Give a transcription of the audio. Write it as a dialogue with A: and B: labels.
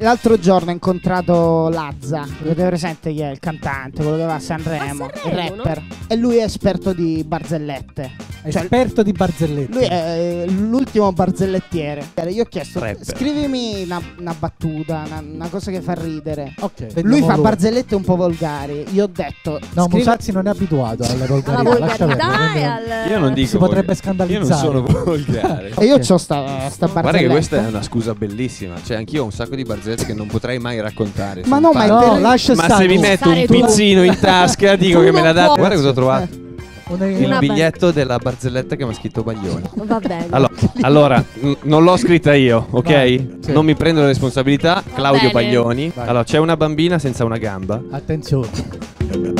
A: L'altro giorno ho incontrato Lazza, lo avete presente chi è? Il cantante, quello che va a Sanremo,
B: A
A: il
B: Sanremo,
A: rapper. E lui è esperto di barzellette. Cioè,
C: Esperto di barzellette.
A: lui è eh, l'ultimo barzellettiere. Gli ho chiesto,
D: Rapper.
A: scrivimi una, una battuta, una, una cosa che fa ridere.
C: Ok.
A: Lui
C: vediamo
A: fa barzellette un po' volgari. Gli ho detto,
C: No,
A: scrive-
C: Musazzi non è abituato alla volgarità.
B: Alla
C: lascia
B: volgarità e
C: perdere.
B: al...
D: Io non dico.
C: potrebbe
D: volgare.
C: scandalizzare.
D: Io non sono volgare.
A: e io
C: Ok.
A: ho sta, sta
D: Guarda
A: barzelletta.
D: che questa è una scusa bellissima. Cioè, anch'io ho un sacco di barzellette che non potrei mai raccontare.
A: Ma no,
D: Sono
A: ma è
D: tante.
C: No,
A: terribile.
C: lascia
D: Ma
C: stare.
D: se mi metto un
B: Stare tu.
D: pizzino in tasca, dico
B: Tu
D: che me la
B: non
D: date.
B: puoi.
D: Guarda cosa ho trovato.
C: Una-
D: Il
B: Una-
D: biglietto della barzelletta che mi ha scritto Baglione.
B: Va bene.
D: Allora, allora, n- non l'ho scritta io, ok?
C: Vai, sì.
D: Non mi prendo le responsabilità. Claudio
B: bene.
D: Baglioni.
C: Vai.
D: Allora, c'è una bambina senza una gamba.
C: Attenzione.